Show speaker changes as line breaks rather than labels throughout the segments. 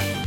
I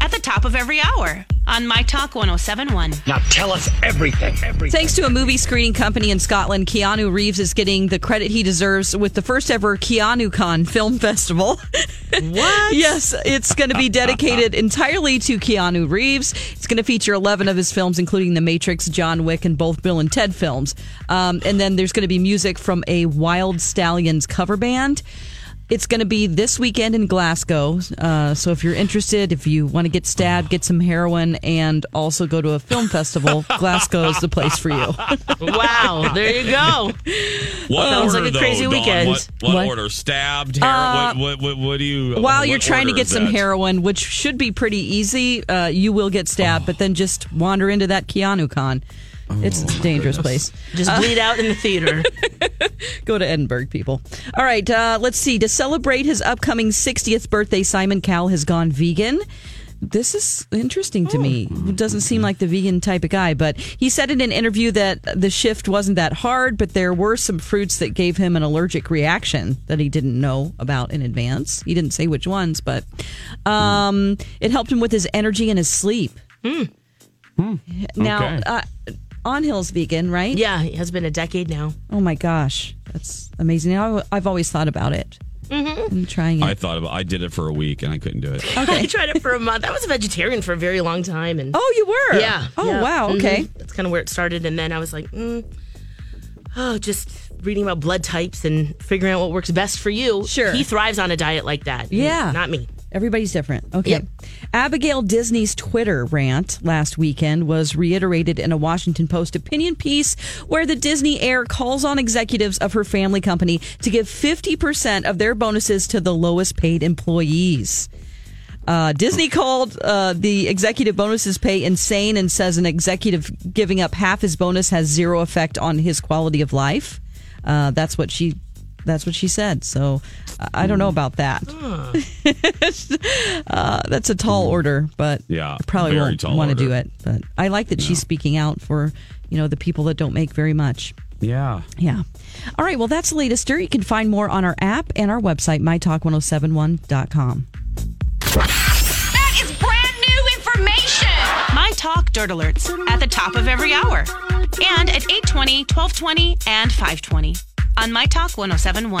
at the top of every hour on My Talk 1071.
Now tell us everything. everything.
Thanks to a movie screening company in Scotland, Keanu Reeves is getting the credit he deserves with the first ever KeanuCon Film Festival. What? yes, it's going to be dedicated entirely to Keanu Reeves. It's going to feature 11 of his films, including The Matrix, John Wick, and both Bill and Ted films. Um, and then there's going to be music from a Wild Stallions cover band. It's going to be this weekend in Glasgow. Uh, so if you're interested, if you want to get stabbed, get some heroin, and also go to a film festival, Glasgow's the place for you.
Wow, there you go.
What
Sounds like a crazy
Dawn?
weekend.
What, what
What? Uh,
order? Stabbed? Hair? what, what, what, what do you?
While
what
you're trying to
order
get
is
some
that?
heroin, which should be pretty easy, uh, you will get
Oh.
stabbed, but then just wander into that Keanu con. It's a dangerous place.
Just bleed out in the theater.
Go to Edinburgh, people. All right, uh, let's see. To celebrate his upcoming 60th birthday, Simon Cowell has gone vegan. This is interesting to me. Doesn't seem like the vegan type of guy, but he said in an interview that the shift wasn't that hard, but there were some fruits that gave him an allergic reaction that he didn't know about in advance. He didn't say which ones, but um, it helped him with his energy and his sleep. Now,
Okay.
uh, On Hill's vegan, right?
yeah, it has been a decade now.
Oh my gosh, that's amazing. I, have always thought about it. Mm-hmm. I'm trying it.
I thought about. I did it for a week and I couldn't do it.
Uh,
I tried it for a month. I was a vegetarian for a very long time, and
oh, you were?
yeah.
Oh
yeah.
wow.
Mhm.
Okay.
That's kind of where it started, and then I was like, mm, oh, just reading about blood types and figuring out what works best for you.
Sure.
He thrives on a diet like that. and
Yeah.
Not me.
Everybody's different. Okay.
Yep.
Abigail Disney's Twitter rant last weekend was reiterated in a Washington Post opinion piece where the Disney heir calls on executives of her family company to give 50% of their bonuses to the lowest paid employees. Uh, Disney called uh, the executive bonuses pay insane and says an executive giving up half his bonus has zero effect on his quality of life. Uh, that's what she. That's what she said. So I- I don't know about that. uh, that's a tall order, but
Mm-hmm. Yeah,
I probably
very
won't
tall
want to do
order.
it. But I like that she's speaking out for you know the people that don't make very much.
Yeah.
Yeah. All right. Well, that's the latest. Dirt. You can find more on our app and our website, mytalk1071.com.
That is brand new information.
My Talk Dirt Alerts at the top of every hour and at 820, 1220, and 520 on My Talk 1071.